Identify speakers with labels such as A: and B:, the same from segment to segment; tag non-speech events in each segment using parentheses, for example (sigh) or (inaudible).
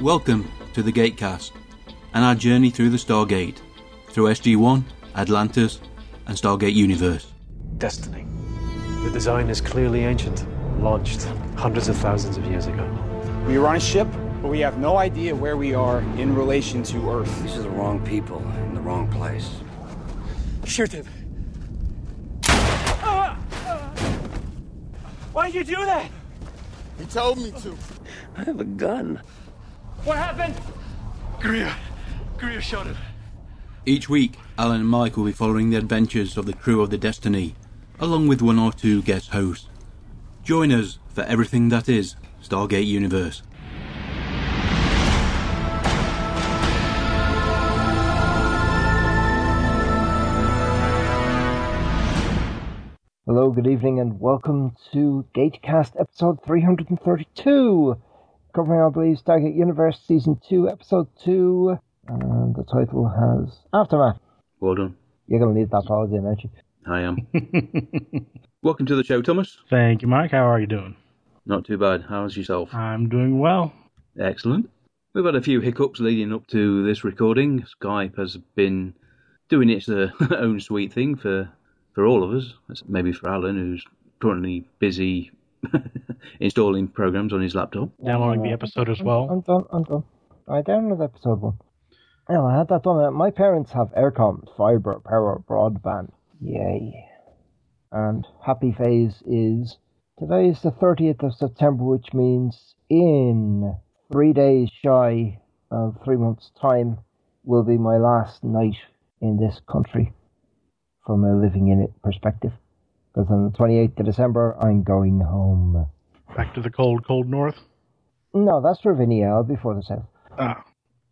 A: Welcome to the Gatecast and our journey through the Stargate, through SG-1, Atlantis, and Stargate Universe.
B: Destiny. The design is clearly ancient, launched hundreds of thousands of years ago.
C: We are on a ship, but we have no idea where we are in relation to Earth.
D: These are the wrong people in the wrong place.
E: Shoot him. Why'd you do that?
F: He told me to.
D: I have a gun.
E: What happened?
G: Greer. Greer shot him.
A: Each week, Alan and Mike will be following the adventures of the crew of the Destiny, along with one or two guest hosts. Join us for everything that is Stargate Universe.
H: Hello, good evening, and welcome to Gatecast episode 332, covering, I believe, Stargate Universe season 2, episode 2, and the title has Aftermath.
A: Well done.
H: You're going to need that pause in, aren't you?
A: I am. Welcome to the show, Thomas.
I: Thank you, Mike. How are you doing?
A: Not too bad. How's yourself?
I: I'm doing well.
A: Excellent. We've had a few hiccups leading up to this recording. Skype has been doing its uh, (laughs) own sweet thing for for all of us. That's Maybe for Alan, who's currently busy (laughs) installing programs on his laptop.
I: Downloading the episode as well.
H: I'm done, I'm done. I downloaded episode 1. Oh, I had that done. uh, My parents have aircom, fiber, power, broadband. Yay. And happy phase is today is the 30th of September, which means in three days shy of three months' time will be my last night in this country from a living in it perspective. Because on the 28th of December, I'm going home.
I: Back to the cold, cold north.
H: No, that's Ravinia. I'll be further south.
I: Ah,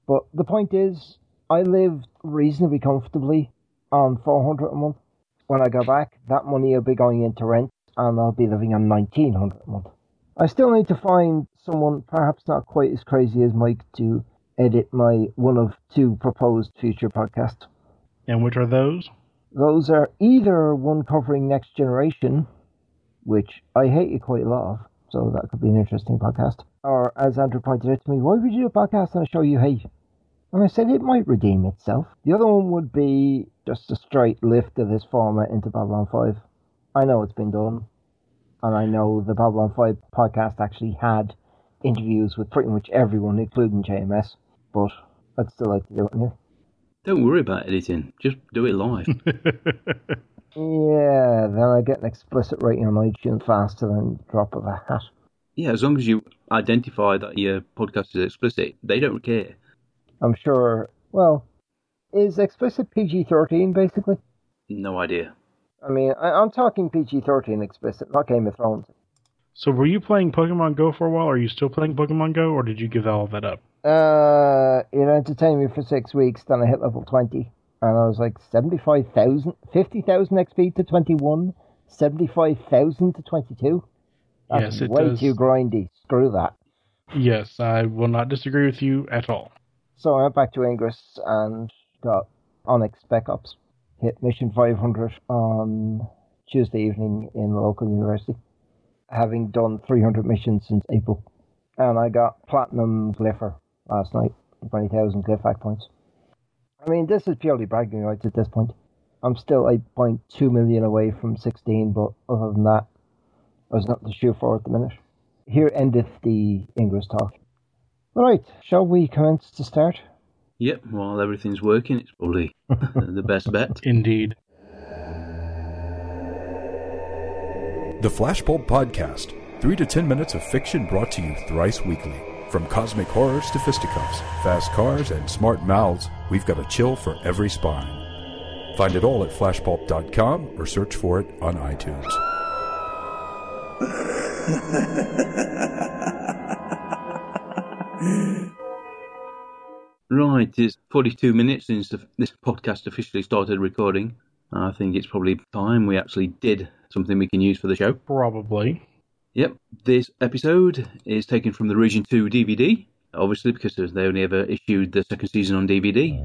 H: But the point is, I lived reasonably comfortably on 400 a month. When I go back, that money will be going into rent and I'll be living on 1900 a month. I still need to find someone, perhaps not quite as crazy as Mike, to edit my one of two proposed future podcasts.
I: and which are those?
H: Those are either one covering Next Generation, which I hate it quite a lot of, so that could be an interesting podcast. Or, as Andrew pointed out to me, why would you do a podcast on a show you hate? And I said it might redeem itself. The other one would be just a straight lift of this format into Babylon 5. I know it's been done, and I know the Babylon 5 podcast actually had interviews with pretty much everyone, including JMS, but I'd still like to do it new.
A: Don't worry about editing. Just do it live.
H: Yeah, then I get an explicit rating on iTunes faster than drop of a hat.
A: yeah, as long as you identify that your podcast is explicit, they don't care.
H: I'm sure. Well, is explicit PG-13 basically?
A: No idea.
H: I mean, I, I'm talking PG-13 explicit, not Game of Thrones.
I: So, were you playing Pokemon Go for a while? Are you still playing Pokemon Go, or did you give all that up?
H: Uh, it entertained me for six weeks. Then I hit level 20, and I was like 75,000, 50,000 XP to 21, 75,000 to 22. That's
I: Yes, it
H: way
I: does.
H: too grindy. Screw that.
I: Yes, I will not disagree with you at all.
H: So I went back to Ingress and got Onyx Spec Ops. Hit mission 500 on Tuesday evening in the local university, having done 300 missions since April. And I got Platinum Glyphor last night, 20,000 Glyphac points. I mean, this is purely bragging rights at this point. I'm still 8.2 million away from 16, but other than that, there's nothing to shoot for at the minute. Here endeth the Ingress talk. Right, shall we commence to start?
A: Yep, while everything's working, it's probably (laughs) the best bet.
I: Indeed.
J: The Flashbulb Podcast, 3 to 10 minutes of fiction brought to you thrice weekly. From cosmic horrors to fisticuffs, fast cars, and smart mouths, we've got a chill for every spine. Find it all at flashbulb.com or search for it on iTunes.
A: Right, it's 42 minutes since the, this podcast officially started recording. I think it's probably time we actually did something we can use for the show.
I: Probably.
A: Yep, this episode is taken from the Region 2 DVD, obviously, because they only ever issued the second season on DVD.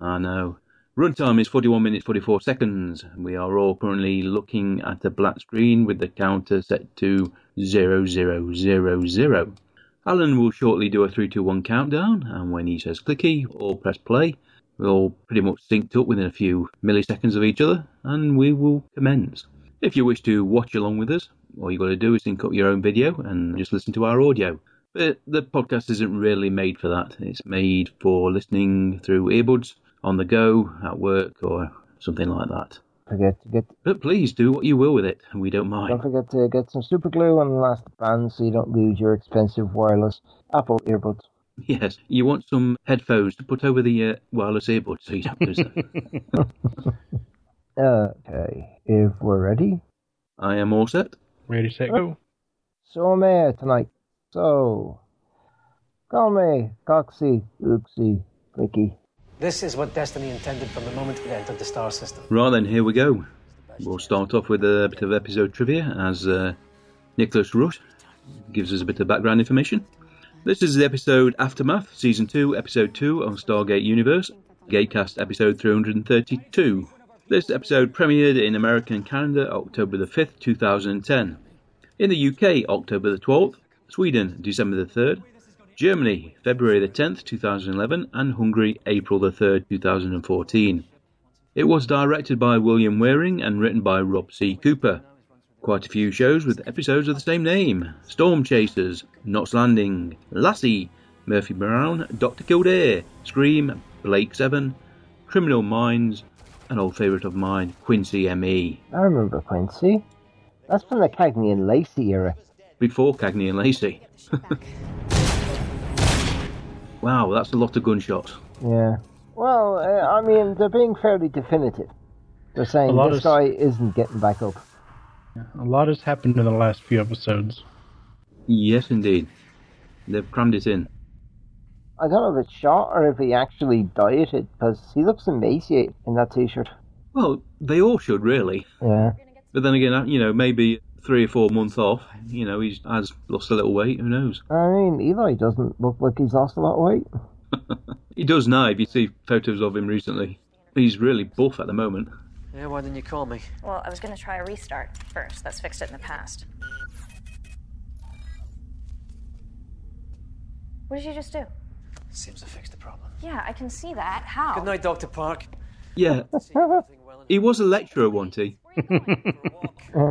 A: I know. Runtime is 41 minutes 44 seconds. We are all currently looking at a black screen with the counter set to 0000. Alan will shortly do a 3 2 1 countdown, and when he says clicky or press play, we're all pretty much synced up within a few milliseconds of each other, and we will commence. If you wish to watch along with us, all you've got to do is sync up your own video and just listen to our audio. But the podcast isn't really made for that. It's made for listening through earbuds, on the go, at work, or something like that.
H: Forget to get
A: But please do what you will with it, and we don't
H: don't
A: mind.
H: forget to get some super glue and elastic bands so you don't lose your expensive wireless Apple
I: (laughs)
H: earbuds.
A: (laughs) Yes, you want some headphones to put over the uh, wireless earbuds so you don't
H: (laughs)
A: lose them.
H: Okay, if we're ready,
A: I am all set.
I: Ready, set, go.
H: so am I tonight. So, call me Coxie, Looksy, Clicky.
E: This is what destiny intended from the moment it entered the star system.
A: Right then, here we go. We'll start off with a bit of episode trivia as uh, Nicholas Rush gives us a bit of background information. This is the episode Aftermath, Season 2, Episode 2 on Stargate Universe, Gatecast Episode 332. This episode premiered in American Canada October the 5th, 2010. In the UK, October the 12th, Sweden, December the 3rd, Germany, February the 10th, 2011, and Hungary, April the 3rd, 2014. It was directed by William Waring and written by Rob C. Cooper. Quite a few shows with episodes of the same name Storm Chasers, Knots Landing, Lassie, Murphy Brown, Dr. Kildare, Scream, Blake Seven, Criminal Minds, an old favourite of mine, Quincy E, M.E.
H: I remember Quincy. That's from the Cagney and Lacey era.
A: Before Cagney and Lacey. (laughs) wow, that's a lot of gunshots.
H: Yeah. Well, uh, I mean, they're being fairly definitive. They're
I: A
H: saying
I: lot
H: this
I: of-
H: guy isn't getting back up.
I: A lot has happened in the last few episodes.
A: Yes, indeed. They've crammed it in.
H: I don't know if it's shot or if he actually dieted, because he looks emaciated in that t-shirt.
A: Well, they all should, really.
H: Yeah.
A: But then again, uh, you know, maybe three or four months off, you know, he's has lost a little weight. Who knows?
H: I mean, Eli doesn't look like he's lost a lot of weight.
A: He does now. If you see photos of him recently, he's really buff at the moment.
E: Yeah, why didn't you call me?
K: Well, I was gonna try a restart first. That's fixed it in the past. What did you just do?
E: Seems to fix the problem.
K: Yeah, I can see that. How?
E: Good night, Dr. Park.
A: Yeah,
E: Everything well in
A: he was a lecturer, wasn't he?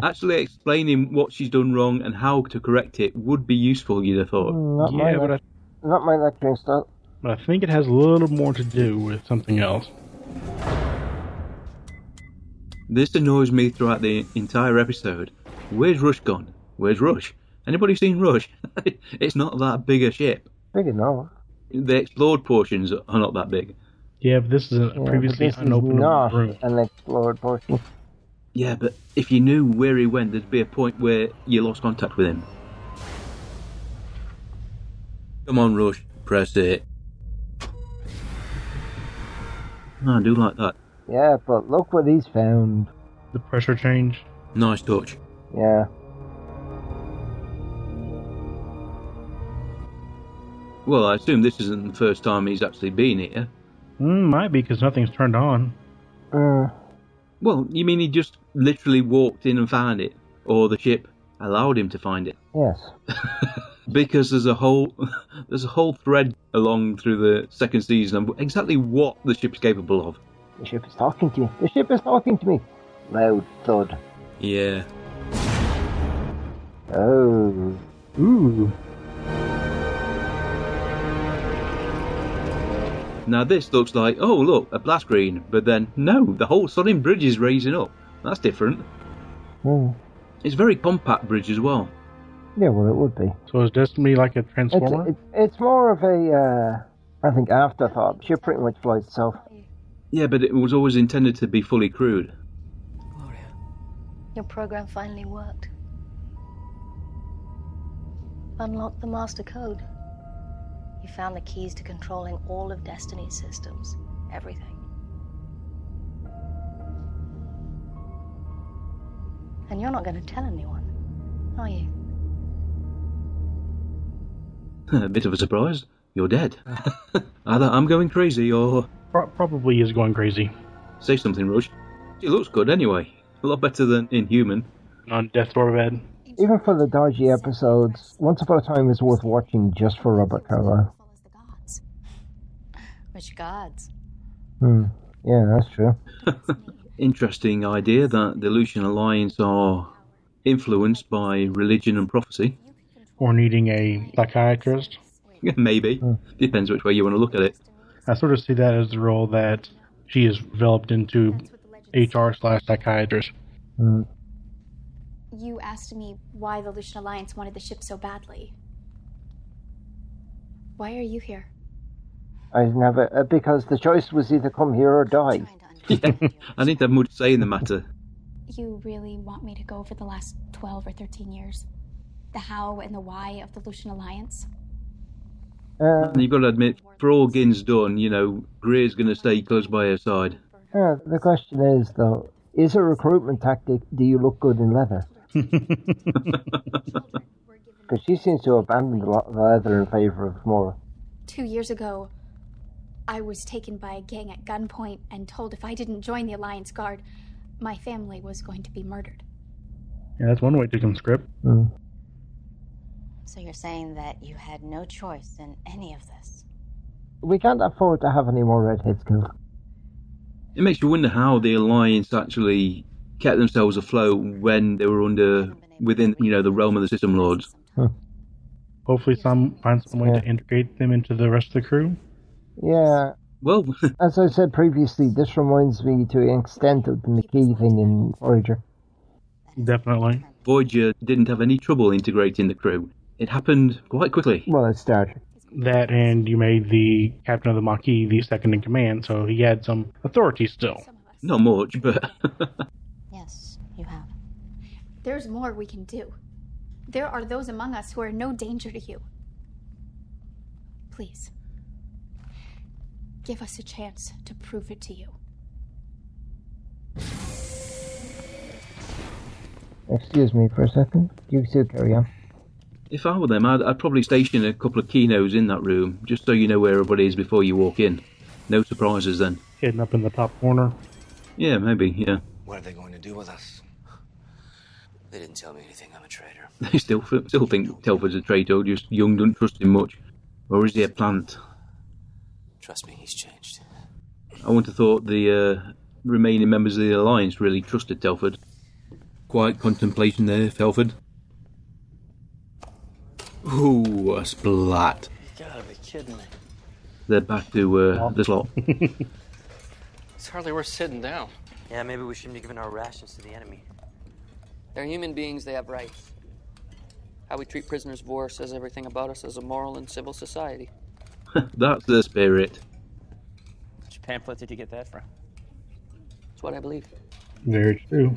A: Actually, explaining what she's done wrong and how to correct it would be useful. You'd have thought.
H: Not my
I: Yeah, but I,
H: not my lecturing style.
I: but I think it has a little more to do with something else.
A: This annoys me throughout the entire episode. Where's Rush gone? Where's Rush? Anybody seen Rush? (laughs) it's not that big a ship.
H: Big enough.
A: The explored portions are not that big.
I: Yeah, but this is a
H: Yeah,
I: previously
H: but this is
I: unopened
H: not
I: room.
H: an explored portion.
A: Yeah, but if you knew where he went, there'd be a point where you lost contact with him. Come on, Rush. Press it. I do like that.
H: Yeah, but look what he's found.
I: The pressure change.
A: Nice touch.
H: Yeah.
A: Well, I assume this isn't the first time he's actually been here.
I: Mm, might be because nothing's turned on.
H: Mm,
A: Well, you mean he just literally walked in and found it? Or the ship allowed him to find it?
H: yes.
A: because there's a whole (laughs) there's a whole thread along through the second season of exactly what the ship's capable of.
H: The ship is talking to me. The ship is talking to me. Loud thud.
A: Yeah.
H: Oh. Ooh.
A: Now this looks like, oh look, a blast green, but then no, the whole sodding bridge is raising up. That's different.
H: Hmm.
A: It's a very compact bridge as well.
H: Yeah, well, it would be.
I: So it's destined to be like a
H: It's,
I: transformer.
H: it's, it's more of a, uh, I think, afterthought. Ship pretty much flies itself.
A: Yeah, but it was always intended to be fully crewed. (laughs)
K: Your program finally worked. Unlocked the master code. You found the keys to controlling all of Destiny's systems. Everything. And you're not gonna tell anyone, are you?
A: a bit of a surprise. You're dead. (laughs) Either I'm going crazy or
I: Pro- probably is going crazy.
A: say something, Rush. She looks good anyway. A lot better than Inhuman.
I: On death doorbed.
H: even for the dodgy episodes, Once Upon a Time is worth watching just for Robert Carlyle.
K: Which gods?
H: Hmm. Yeah, that's true.
A: Interesting idea that the Lucian Alliance are influenced by religion and prophecy. (laughs)
I: Or needing a psychiatrist.
A: Yeah, Maybe. Depends which way you want to look at it.
I: I sort of see that as the role that she has developed into HR slash psychiatrist.
H: Mm.
L: You asked me why the Lucian Alliance wanted the ship so badly. Why are you here?
H: I never uh, because the choice was either come here or die.
A: Yeah. I need to have much say in the matter.
L: You really want me to go over the last 12 or 13 years? The how and the why of the Lucian Alliance?
A: And you've got to admit, for all Gin's done, you know, Greer's going to stay close by her side.
H: Yeah, the question is though, is a recruitment tactic? Do you look good in leather? Because she seems to have abandoned a lot of leather in favor of more.
L: Two years ago, I was taken by a gang at gunpoint and told if I didn't join the Alliance Guard, my family was going to be murdered.
I: Yeah, that's one way to conscript.
H: Mm.
K: So you're saying that you had no choice in any of this?
H: We can't afford to have any more redheads killed.
A: It makes you wonder how the Alliance actually kept themselves afloat when they were under within you know the realm of the System Lords.
I: Hopefully, some find some way to integrate them into the rest of the crew.
H: Yeah.
A: Well,
H: as I said previously, this reminds me to an extent of the McKee thing in Voyager.
I: Definitely.
A: Voyager didn't have any trouble integrating the crew. It happened quite quickly.
H: Well, it started.
I: That and you made the captain of the Maquis the second in command, so he had some authority still.
A: Not much, but (laughs)
K: Yes, you have.
L: There's more we can do. There are those among us who are no danger to you. Please, give us a chance to prove it to you.
H: Excuse me for a second. You two carry on.
A: if I were them, I'd, I'd probably station a couple of kinos in that room just so you know where everybody is before you walk in. No surprises then.
I: Hidden up in the top corner.
A: Yeah, maybe. Yeah, (laughs)
D: What are they going to do with us? They didn't tell me anything. I'm a traitor.
A: they still f- still think Telford's a traitor. Just Young don't trust him much, or is he a plant?
D: Trust me, he's changed.
A: I wouldn't have thought the uh, remaining members of the alliance really trusted Telford. Quiet contemplation there, Telford. Ooh, a splat.
D: You gotta be kidding me.
A: They're back to uh, the slot.
M: It's hardly worth sitting down.
D: Yeah, maybe we shouldn't be giving our rations to the enemy.
M: They're human beings, they have rights. How we treat prisoners of war says everything about us as a moral and civil society.
A: (laughs) That's the spirit.
M: Which pamphlet did you get that from? It's what I believe.
I: Very true.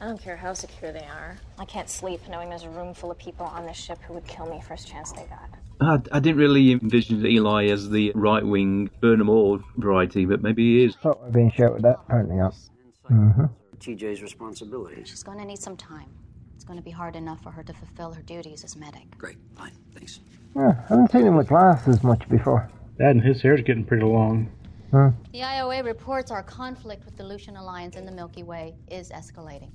K: I don't care how secure they are. I can't sleep knowing there's a room full of people on this ship who would kill me first chance they got.
A: I, I didn't really envision Eli as the right wing Burnham Orr variety, but maybe he is.
I: Oh,
H: Thought I've been shouted that. Apparently not. hmm
D: TJ's responsibility.
K: She's going to need some time. It's going to be hard enough for her to fulfill her duties as medic.
D: Great, fine, thanks.
H: Yeah, I haven't seen him with glasses much before.
I: That and his hair's getting pretty long.
K: The IOA reports our conflict with the Lucian Alliance in the Milky Way is escalating.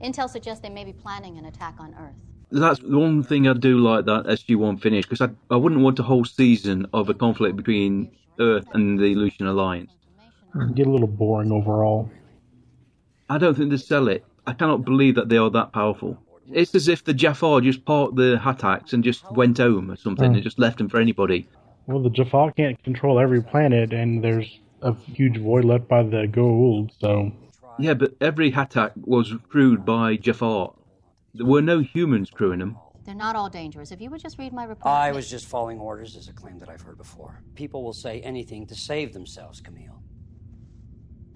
K: Intel suggests they may be planning an attack on Earth.
A: That's one thing I do like that SG1 finish because I, I wouldn't want a whole season of a conflict between Earth and the Lucian Alliance.
I: Get a little boring overall.
A: I don't think they sell it. I cannot believe that they are that powerful. It's as if the Jaffar just parked the Hattacks and just went home or something
I: Hmm.
A: and just left them for anybody.
I: Well, the Jaffa can't control every planet, and there's a huge void left by the Goa'uld, so
A: Yeah, but every Hattak was crewed by Jaffar. There were no humans crewing them.
K: They're not all dangerous. If you would just read my report.
D: I was just following orders, is a claim that I've heard before. People will say anything to save themselves, Camille.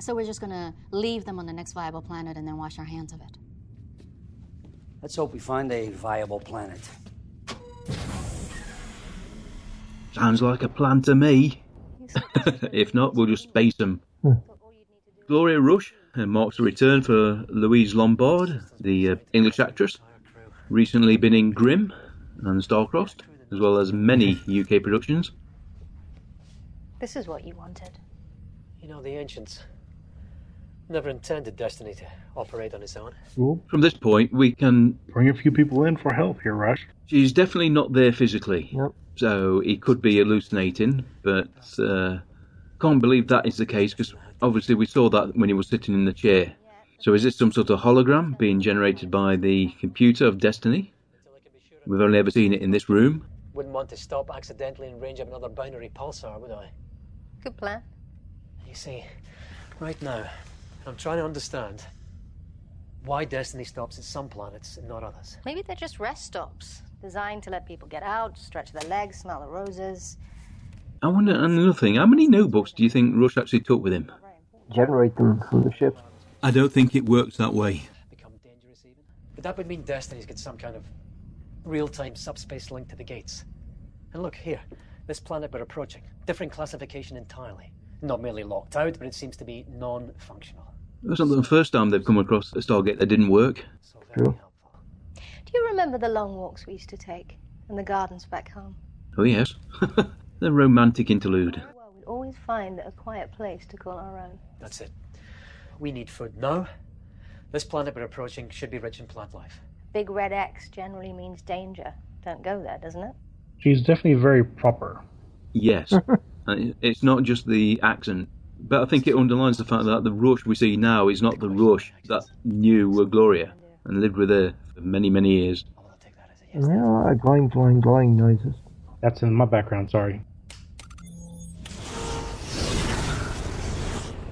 K: So we're just going to leave them on the next viable planet and then wash our hands of it.
D: Let's hope we find a viable planet.
A: Sounds like a plan to me. if not, we'll just space them. Gloria Rush uh, marks the return for Louise Lombard, the uh, English actress, recently been in Grimm and Starcrossed, as well as many UK productions.
K: This is what you wanted.
M: You know, the ancients.
E: Never intended Destiny to operate on its own.
A: Well, from this point, we can
I: bring a few people in for help here, Rush.
A: She's definitely not there physically, so he could be hallucinating, but uh, can't believe that is the case because obviously we saw that when he was sitting in the chair. So is this some sort of hologram being generated by the computer of Destiny? We've only ever seen it in this room.
E: Wouldn't want to stop accidentally in range of another binary pulsar, would I?
N: Good plan.
E: You see, right now, I'm trying to understand why Destiny stops at some planets and not others.
N: Maybe they're just rest stops, designed to let people get out, stretch their legs, smell the roses.
A: I wonder and another thing. How many notebooks do you think Rush actually took with him?
H: Generate them from the ship.
A: I don't think it works that way.
E: But that would mean Destiny's got some kind of real time subspace link to the gates. And look here, this planet we're approaching, different classification entirely. Not merely locked out, but it seems to be non functional.
A: That's not the first time they've come across a Stargate that didn't work.
H: True.
N: Do you remember the long walks we used to take and the gardens back home?
A: Oh yes, (laughs) the romantic interlude.
N: We'd always find a quiet place to call our own.
E: That's it. We need food now. This planet we're approaching should be rich in plant life.
N: Big red X generally means danger. Don't go there, doesn't it?
I: She's definitely very proper.
A: Yes, And it's not just the accent, but I think it underlines the fact that the rush we see now is not the rush that knew Gloria and lived with her for many, many years.
H: Yeah, a lot of going, going, going noises.
I: That's in my background, sorry.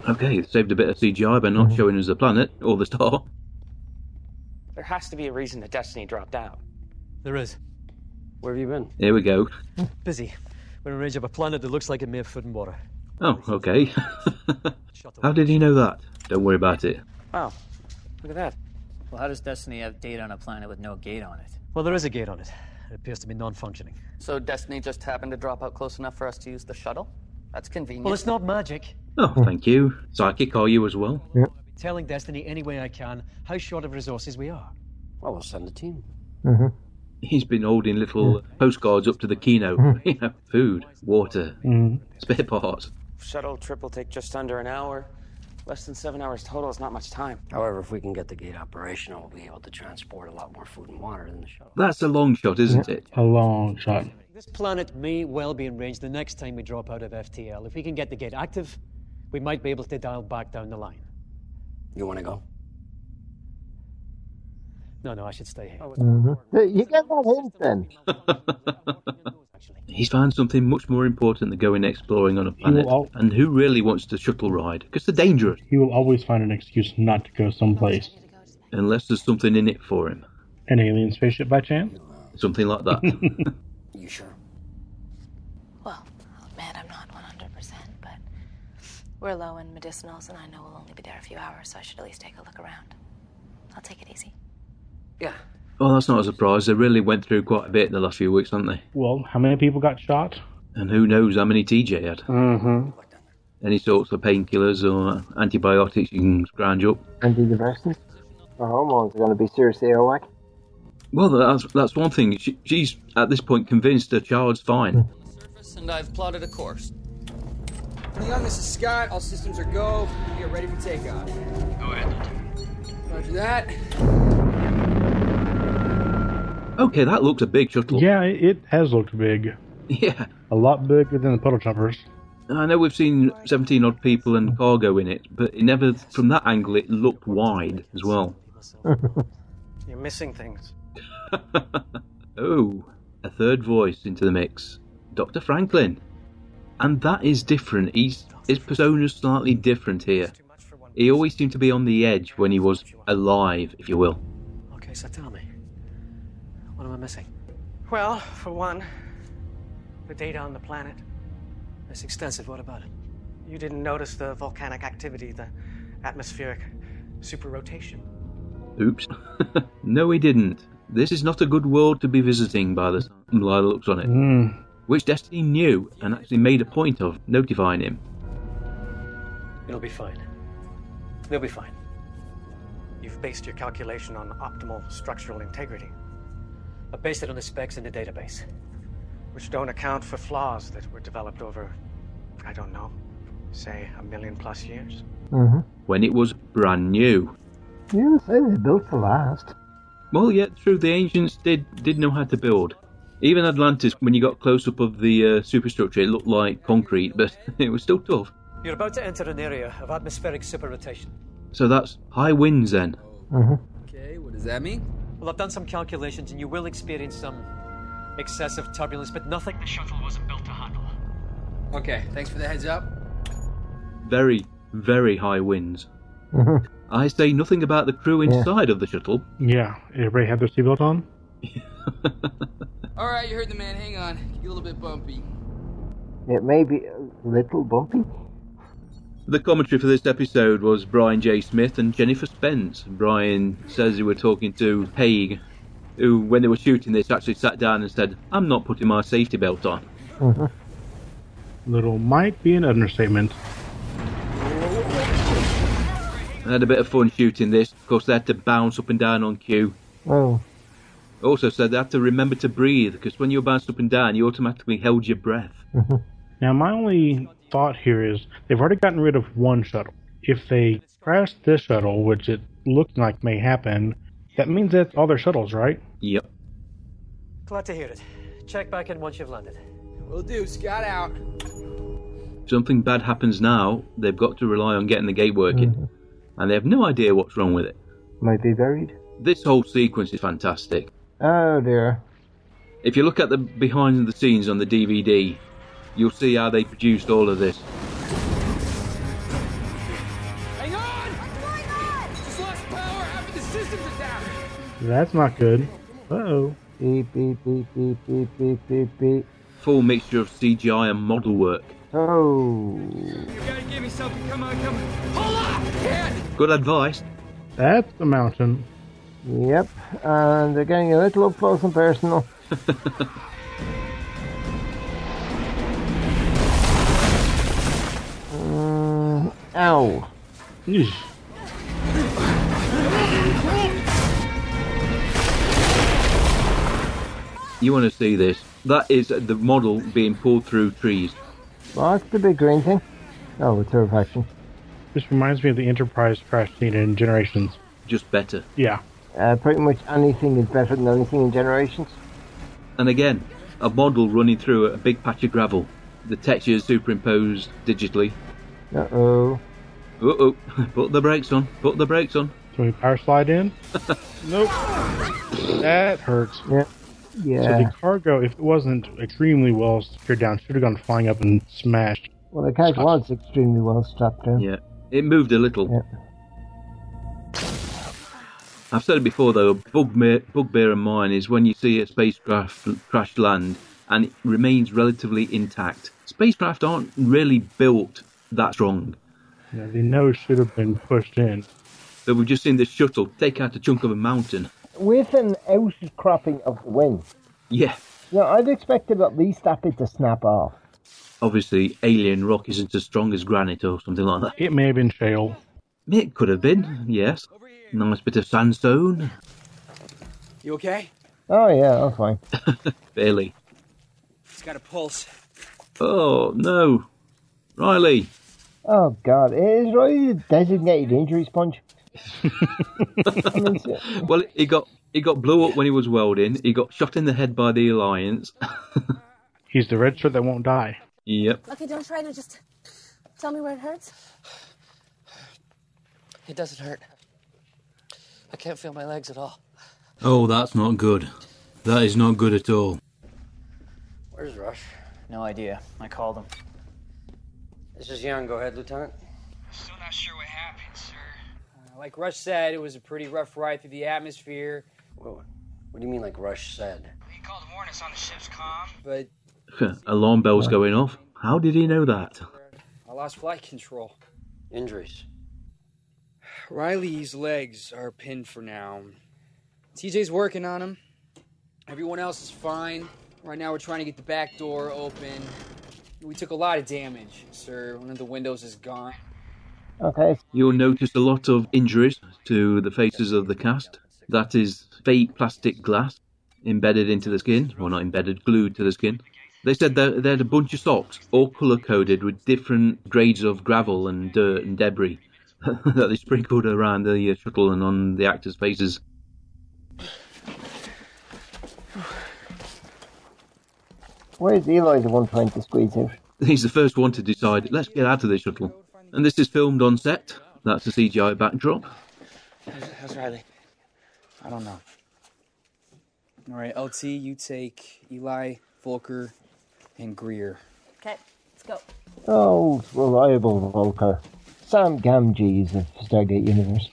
A: Okay, it saved a bit of CGI by not showing us the planet or the star.
O: There has to be a reason that Destiny dropped out.
E: There is.
D: Where have you been?
A: Here we go.
E: Busy. We're in range of a planet that looks like it may have food and water.
A: Oh, okay. (laughs) How did he know that? Don't worry about it.
P: Wow, look at that. Well, how does Destiny have data on a planet with no gate on it?
E: Well, there is a gate on it. It appears to be non functioning.
M: So Destiny just happened to drop out close enough for us to use the shuttle? That's convenient.
E: Well, it's not magic.
A: Oh, thank you. Psychic, are you as well?
E: Telling Destiny any way I can how short of resources we are.
D: Well, we'll send a team.
F: Mm-hmm.
A: He's been holding little postcards up to the keynote. (laughs)
I: Mm-hmm.
A: you know, food, water, spare parts.
O: Shuttle trip will take just under an hour. Less than seven hours total is not much time.
D: However, if we can get the gate operational, we'll be able to transport a lot more food and water than the shuttle.
A: That's a long shot, isn't it?
I: A long shot.
E: This planet may well be in range the next time we drop out of FTL. If we can get the gate active, we might be able to dial back down the line.
D: You want to (laughs) go?
E: No, no, I should stay here.
H: Mm-hmm. You get that hint (laughs) then?
A: He's found something much more important than going exploring on a planet.
I: al-
A: And who really wants the shuttle ride? Because they're dangerous,
I: He will always find an excuse not to go someplace.
A: unless there's something in it for him.
I: An alien spaceship by chance? (laughs)
A: Something like that.
D: you sure?
N: Well, I'll admit I'm not 100%, but we're low in medicinals, and I know we'll only be there a few hours, so I should at least take a look around. I'll take it easy.
A: well, that's not a surprise. They really went through quite a bit in the last few weeks, haven't they?
I: Well, how many people got shot?
A: And who knows how many TJ had?
I: Mm-hmm.
A: Any sorts of painkillers or antibiotics you can scrounge up?
H: Antidepressants? Our hormones are going to be seriously awake.
A: Well, that's that's one thing. She, she's at this point convinced her child's
I: Hmm.
A: fine.
M: And I've plotted a course.
C: Leon, this is Scott. All systems are go. We are ready for takeoff. Go ahead. Roger that.
A: Okay, that looks a big shuttle.
I: Yeah, it it has looked big.
A: Yeah.
I: A lot bigger than the puddle jumpers.
A: I know we've seen 17 odd people and cargo in it, but it never, from that angle, it looked wide as well.
P: You're missing things.
A: Oh, a third voice into the mix Dr. Franklin. And that is different. He's, his persona's slightly different here. He always seemed to be on the edge when he was alive, if you will.
E: Okay, so tell me. What am I missing?
P: Well, for one, the data on the planet. It's extensive. What about it? You didn't notice the volcanic activity, the atmospheric super rotation.
A: Oops. (laughs) no, he didn't. This is not a good world to be visiting by the time Lila looks on it.
I: Mm.
A: Which Destiny knew and actually made a point of notifying him.
E: It'll be fine. They'll be fine.
P: You've based your calculation on optimal structural integrity,
E: I based it on the specs in the database.
P: which don't account for flaws that were developed over, I don't know, say a million plus years.
H: Mm-hmm.
A: When it was brand new.
H: You didn't say they built to last.
A: Well, yeah, true. The ancients did did know how to build. Even Atlantis, when you got close up of the uh, superstructure, it looked like concrete, but (laughs) it was still tough.
E: You're about to enter an area of atmospheric superrotation.
A: So that's high winds then.
H: Mm-hmm.
C: Okay, what does that mean?
E: Well, I've done some calculations, and you will experience some excessive turbulence, but nothing the shuttle wasn't built to handle.
C: Okay, thanks for the heads up.
A: Very, very high winds.
H: Mm-hmm.
A: I say nothing about the crew inside of the shuttle.
I: Yeah, everybody had their seatbelt on.
C: All right, you heard the man. Hang on, Could get a little bit bumpy.
H: It may be a little bumpy.
A: The commentary for this episode was Brian J. Smith and Jennifer Spence. Brian says they were talking to Haig, who, when they were shooting this, actually sat down and said, I'm not putting my safety belt on.
H: Mm-hmm.
I: Little might be an understatement.
A: I had a bit of fun shooting this. Of course, they had to bounce up and down on cue.
H: Oh.
A: Also said they had to remember to breathe, because when you were bounced up and down, you automatically held your breath.
H: Mm-hmm.
I: Now, my only thought here is they've already gotten rid of one shuttle. If they crash this shuttle, which it looks like may happen, that means that's all their shuttles, right?
A: Yep.
E: Glad to hear it. Check back in once you've landed.
C: Will do. Scott out.
A: Something bad happens now, they've got to rely on getting the gate working, and they have no idea what's wrong with it.
H: Might be buried.
A: This whole sequence is fantastic.
H: Oh dear.
A: If you look at the behind the scenes on the DVD, you'll see how they produced all of this.
C: Hang on! What's going on? Just lost power. Half of the systems are down.
I: That's not good. Uh oh.
H: Beep, beep, beep, beep, beep, beep, beep, beep.
A: Full mixture of CGI and model work.
H: Oh.
C: You gotta give me something. Come on, come on. Hold on! Can't.
A: Good advice.
I: That's the mountain.
H: Yep, and they're getting a little up close and (laughs) personal. Mm, ow.
A: You want to see this? That is the model being pulled through trees.
H: Well, that's the big green thing. Oh, it's her faction.
I: This reminds me of the Enterprise crash scene in Generations.
A: Just better.
I: Yeah.
H: Uh, pretty much anything is better than anything in Generations.
A: And again, a model running through a big patch of gravel. The texture is superimposed digitally.
H: Uh oh.
A: Uh oh, (laughs) put the brakes on, put the brakes on. (laughs)
I: So we power slide in. nope. That hurts.
H: Yeah.
I: So
H: Yeah.
I: the cargo, if it wasn't extremely well secured down, should have gone flying up and smashed.
H: well, the cat was extremely well strapped down.
A: Yeah. It moved a little. I've said it before though, a bugbear, bugbear of mine is when you see a spacecraft crash land and it remains relatively intact. Spacecraft aren't really built that strong.
I: Yeah, the nose should have been pushed in.
A: So we've just seen the shuttle take out a chunk of a mountain.
H: With an outcropping of the wind.
A: Yeah,
H: Yeah, I'd expected at least that bit to snap off.
A: obviously alien rock isn't as strong as granite or something like that.
I: It may have been shale.
A: It could have been, yes. Nice bit of sandstone,
C: You okay?
H: Oh, yeah, that's fine.
A: (laughs) barely.
C: It's got a pulse.
A: Oh no, Riley. (laughs)
H: Oh, God. It is really a designated injury sponge. I mean, se-
A: Well, he got he got blew up when he was welding. He got shot in the head by the Alliance. (laughs)
I: He's the red shirt that won't die.
A: yep.
N: Okay, don't try to just tell me where it hurts.
M: It doesn't hurt. I can't feel my legs at all.
A: Oh, that's not good. That is not good at all.
M: Where's Rush?
Q: No idea. I called him.
M: This is Young. Go ahead, Lieutenant.
C: Still not sure what happened, sir. Uh, like Rush said, it was a pretty rough ride through the atmosphere,
M: What, what do you mean, like Rush said?
C: He called to warn us on the ship's comm. But
A: (laughs) Alarm bells going off. How did he know that?
C: I lost flight control.
M: Injuries.
C: Riley's legs are pinned for now. TJ's working on him. Everyone else is fine. Right now, we're trying to get the back door open. We took a lot of damage, sir. One of the windows is gone.
H: okay.
A: You'll notice a lot of injuries to the faces of the cast. That is fake plastic glass embedded into the skin, well, not embedded, glued to the skin. They said that they had a bunch of socks, all colour coded with different grades of gravel and dirt and debris. (laughs) that they sprinkled around the uh, shuttle and on the actors' faces.
H: Where's Eloy the one trying to squeeze out?
A: He's the first one to decide, let's get out of this shuttle. And this is filmed on set. That's the CGI backdrop.
M: How's, how's Riley?
C: I don't know. All right, LT, you take Eli, Volker, and Greer.
R: Okay, let's go.
H: Oh, reliable Volker. Sam Gamgees of Stargate Universe.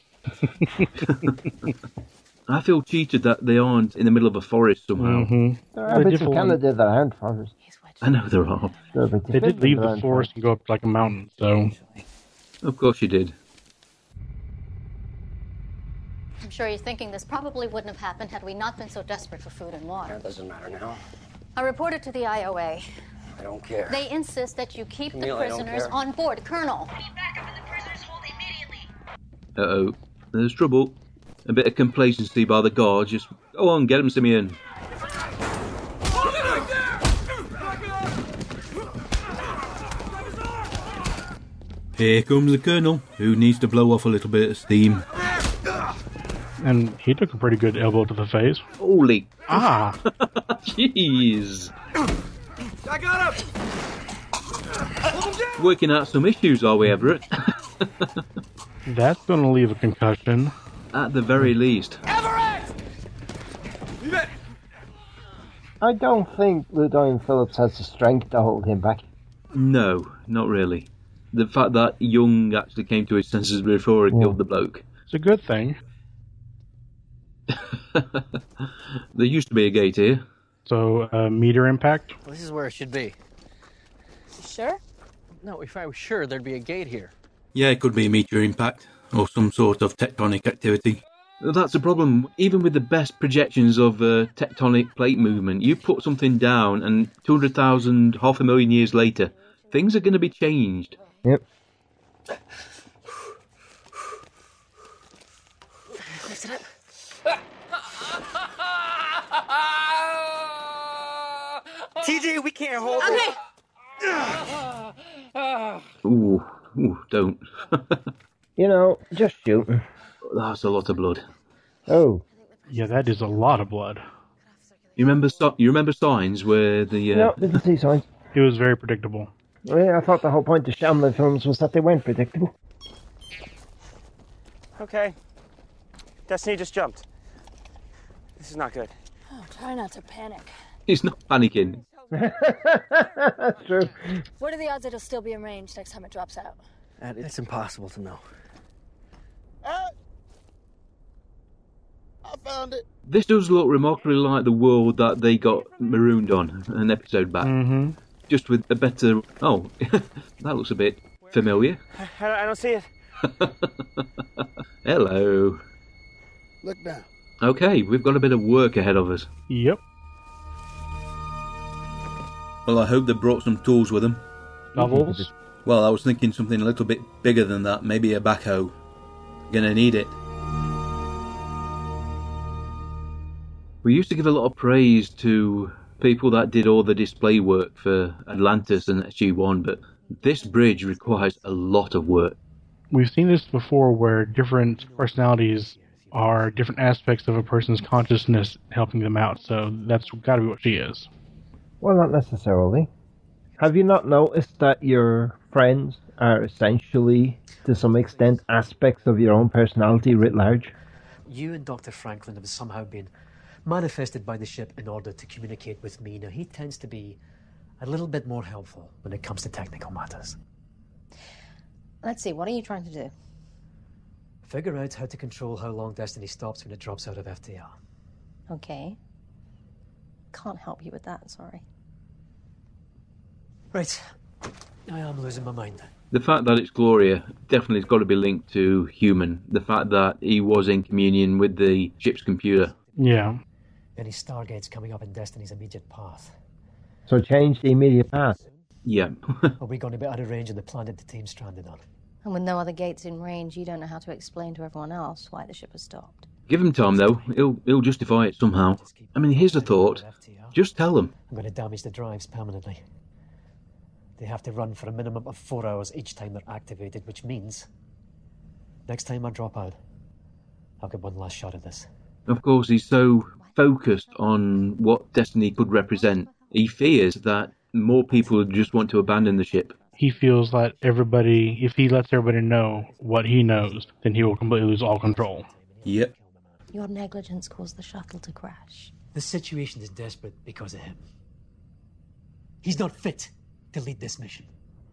A: I feel cheated that they aren't in the middle of a forest somehow.
H: There are bits of Canada that aren't forests.
A: I know there are.
I: They did leave the forest and go up like a mountain, so.
A: Of course you did.
K: I'm sure you're thinking this probably wouldn't have happened had we not been so desperate for food and water.
D: That doesn't matter now.
K: I reported to the IOA.
D: I don't care.
K: They insist that you keep
D: Camille,
K: the
D: I don't
K: prisoners
D: care.
K: on board. Colonel,
A: Uh oh, there's trouble. A bit of complacency by the guard, just go on, get him, Simeon. Here comes the colonel, who needs to blow off a little bit of steam.
I: And he took a pretty good elbow to the face.
A: Holy. (laughs)
I: Ah!
A: Jeez.
G: I got him! Hold him down!
A: Working out some issues, are we, Everett? (laughs)
I: That's going to leave a concussion.
A: At the very least.
H: I don't think Ludwig Phillips has the strength to hold him back.
A: No, not really. The fact that Young actually came to his senses before he killed the bloke.
I: It's a good thing.
A: There used to be a gate here.
I: So, uh, meter impact.
S: This is where it should be.
R: Sure?
S: No, if I was sure, there'd be a gate here.
A: Yeah, it could be a meteor impact or some sort of tectonic activity. That's the problem. Even with the best projections of uh, tectonic plate movement, you put something down, and 200,000, half a million years later, things are going to be changed.
H: Yep.
R: Lift it up.
G: TJ, we can't hold
R: Okay.
G: (laughs)
A: Ooh, ooh don't.
H: you know, just shoot.
A: That's a lot of blood.
H: Oh.
I: Yeah, that is a lot of blood.
A: You remember? si- You remember signs where the uh,
H: No, didn't see signs.
I: (laughs) It was very predictable.
H: Well, I thought the whole point of Shyamalan films was that they weren't predictable.
O: Okay. Destiny just jumped. This is not good.
R: Oh, try not to panic.
A: (laughs) he's not panicking.
H: (laughs) That's true.
R: What are the odds it'll still be in range next time it drops out?
S: And it's impossible to know.
F: I found it.
A: This does look remarkably like the world that they got marooned on an episode back,
I: Mm-hmm.
A: just with a better. Oh, (laughs) that looks a bit familiar.
O: I, I don't- I don't see it.
A: Hello.
F: Look down.
A: Okay, we've got a bit of work ahead of us.
I: Yep.
A: Well, I hope they brought some tools with them.
I: Novels.
A: Well, I was thinking something a little bit bigger than that, maybe a backhoe. Gonna need it. We used to give a lot of praise to people that did all the display work for Atlantis and SG1, but this bridge requires a lot of work.
I: We've seen this before where different personalities are different aspects of a person's consciousness helping them out, so that's got to be what she is.
H: Well, not necessarily. Have you not noticed that your friends are essentially, to some extent, aspects of your own personality writ large?
E: You and Dr. Franklin have somehow been manifested by the ship in order to communicate with me. Now, he tends to be a little bit more helpful when it comes to technical matters.
R: Let's see, what are you trying to do?
E: Figure out how to control how long Destiny stops when it drops out of FTR.
R: Okay. Can't help you with that, sorry.
E: Right. I am losing my mind.
A: The fact that it's Gloria definitely has got to be linked to human. The fact that he was in communion with the ship's computer.
I: Yeah.
E: Any stargates coming up in Destiny's immediate (laughs) path?
H: So change the immediate past.
A: Yeah.
E: Are we going to be out of range of the planet the team's stranded on?
R: And with no other gates in range, you don't know how to explain to everyone else why the ship has stopped.
A: Give him time though. He'll he'll justify it somehow. I mean, here's a thought. Just tell them.
E: I'm going to damage the drives permanently. They have to run for a minimum of four hours each time they're activated, which means Next time I drop out, I'll get one last shot at this.
A: Of course, he's so focused on what Destiny could represent. He fears that more people just want to abandon the ship.
I: He feels that everybody, if he lets everybody know what he knows, then he will completely lose all control.
A: Yep.
R: Your negligence caused the shuttle to crash.
E: The situation is desperate because of him. He's not fit to lead this mission.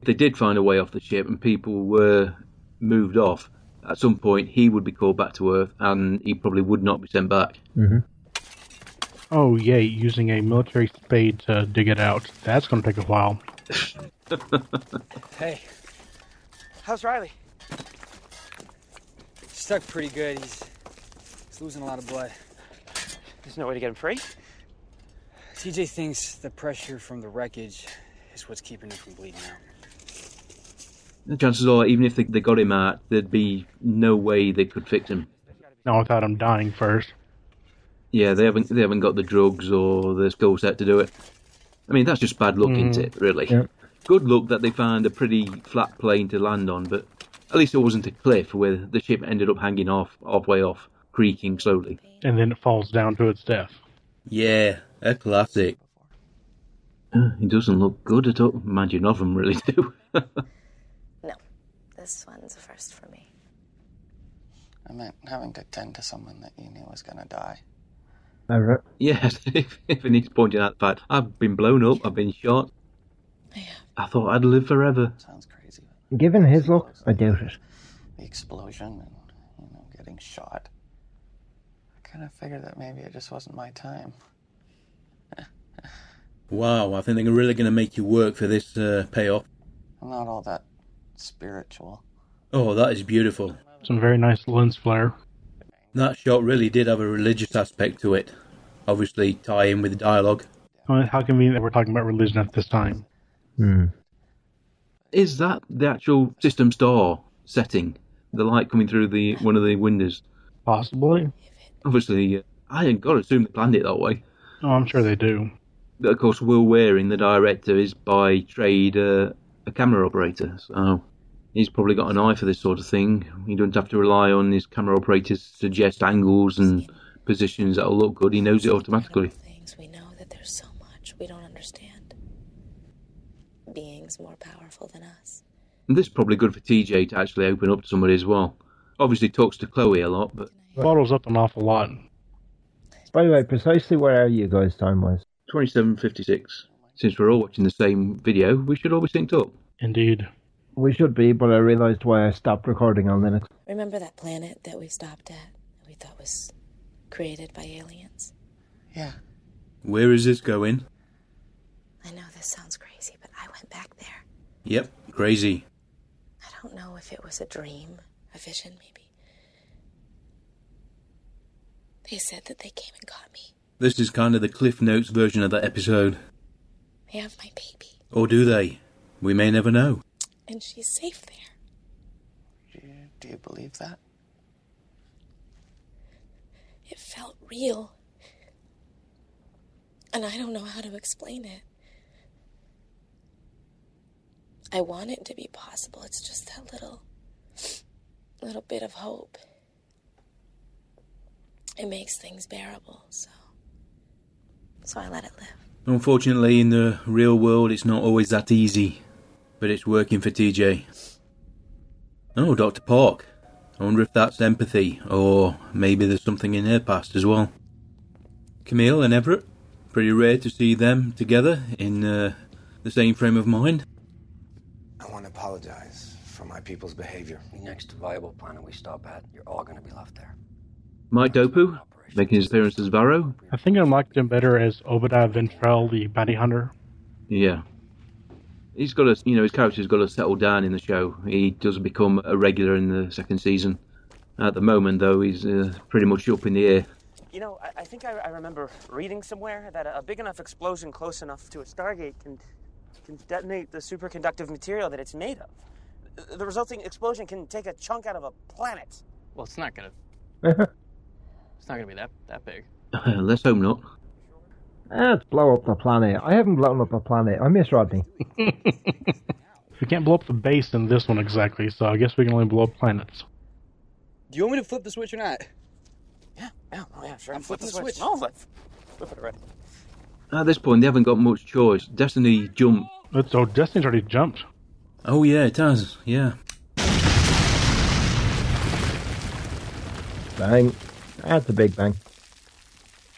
A: They did find a way off the ship and people were moved off. At some point, he would be called back to Earth and he probably would not be sent back.
I: Mm-hmm. Oh, yay, using a military spade to dig it out. That's going to take a while.
P: Hey, how's Riley?
C: Stuck pretty good. He's, he's losing a lot of blood.
P: There's no way to get him free.
C: TJ thinks the pressure from the wreckage is what's keeping him from bleeding out.
A: The chances are, even if they, they got him out, there'd be no way they could fix him.
I: Not without him dying first.
A: Yeah, they haven't they haven't got the drugs or the skill set to do it. I mean, that's just bad luck, isn't
I: Mm.
A: it? Really.
I: Yep.
A: Good luck that they found a pretty flat plane to land on, but at least it wasn't a cliff where the ship ended up hanging off halfway off, creaking slowly.
I: And then it falls down to its death.
A: Yeah, a classic. Uh, It doesn't look good at all. Mind you, none of them really (laughs) do.
N: No, this one's a first for me.
M: I meant having to tend to someone that you knew was gonna die.
A: Yes, (laughs) if, if it needs pointing out the fact, I've been blown up, I've been shot. I thought I'd live forever.
M: Sounds crazy.
H: Given his luck, I doubt it.
M: The explosion and you know getting shot. I kind of figured that maybe it just wasn't my time.
A: Wow, I think they're really going to make you work for this uh, payoff.
M: I'm not all that spiritual.
A: Oh, that is beautiful.
I: Some very nice lens flare.
A: That shot really did have a religious aspect to it. Obviously, tie in with the dialogue.
I: Well, How convenient that we're talking about religion at this time.
H: Hmm.
A: Is that the actual System Star setting? The light coming through the one of the windows.
I: Possibly.
A: Obviously, uh, I ain't got to assume they planned it that way.
I: Oh, I'm sure they do.
A: But of course, Will Waring, the director, is by trade uh, a camera operator, so he's probably got an eye for this sort of thing. He doesn't have to rely on his camera operators to suggest angles and positions that'll look good. He knows it automatically.
N: Things we know that there's so much we don't understand. Beings more powerful than us.
A: And this is probably good for TJ to actually open up to somebody as well. Obviously, talks to Chloe a lot, but
I: Bottles up an awful lot.
H: By the way, precisely where are you guys time wise?
A: 2756. Since we're all watching the same video, we should all be synced up.
I: Indeed.
H: We should be, but I realised why I stopped recording on Linux.
N: Remember that planet that we stopped at that we thought was created by aliens?
M: Yeah.
A: Where is this going?
N: I know this sounds crazy, but I went back there.
A: Yep, crazy.
N: I don't know if it was a dream, a vision, maybe. They said that they came and got me.
A: This is kind of the Cliff Notes version of that episode.
N: They have my baby,
A: Or do they? We may never know.
N: and she's safe there.
M: Do you believe that?
N: It felt real. And I don't know how to explain it. I want it to be possible. It's just that little little bit of hope. It makes things bearable, so so I let it live.
A: Unfortunately, in the real world, it's not always that easy, but it's working for TJ. Oh, Dr. Park. I wonder if that's empathy, or maybe there's something in her past as well. Camille and Everett. Pretty rare to see them together in uh, the same frame of mind.
T: I want to apologize for my people's behavior.
D: The next viable planet we stop at, you're all going to be left there.
A: Mike Dopu, making his appearance as Varro.
I: I think I liked him better as Obadiah Ventrell, the bounty hunter. (laughs)
A: Yeah. He's got to, you know, his character's got to settle down in the show. He does become a regular in the second season. At the moment, though, he's uh, pretty much up in the air. (laughs)
O: You know, I, I think I, I remember reading somewhere that a, a big enough explosion close enough to a Stargate can, can detonate the superconductive material that it's made of. The- The resulting explosion can take a chunk out of a planet.
S: Well, it's not gonna.
H: (laughs)
S: It's not gonna be that that big.
A: Let's hope not.
H: Let's blow up the planet. I haven't blown up a planet. I miss Rodney.
I: We can't blow up the base in this one exactly, so I guess we can only blow up planets.
C: Do you want me to flip the switch or not?
O: Yeah, yeah, oh yeah, sure.
C: I'm flipping the switch.
O: No, but flip it already.
A: At this point, they haven't got much choice. Destiny jump.
I: That's, oh, Destiny's already jumped.
A: Oh, yeah, it has. Yeah.
H: Bang. That's a big bang.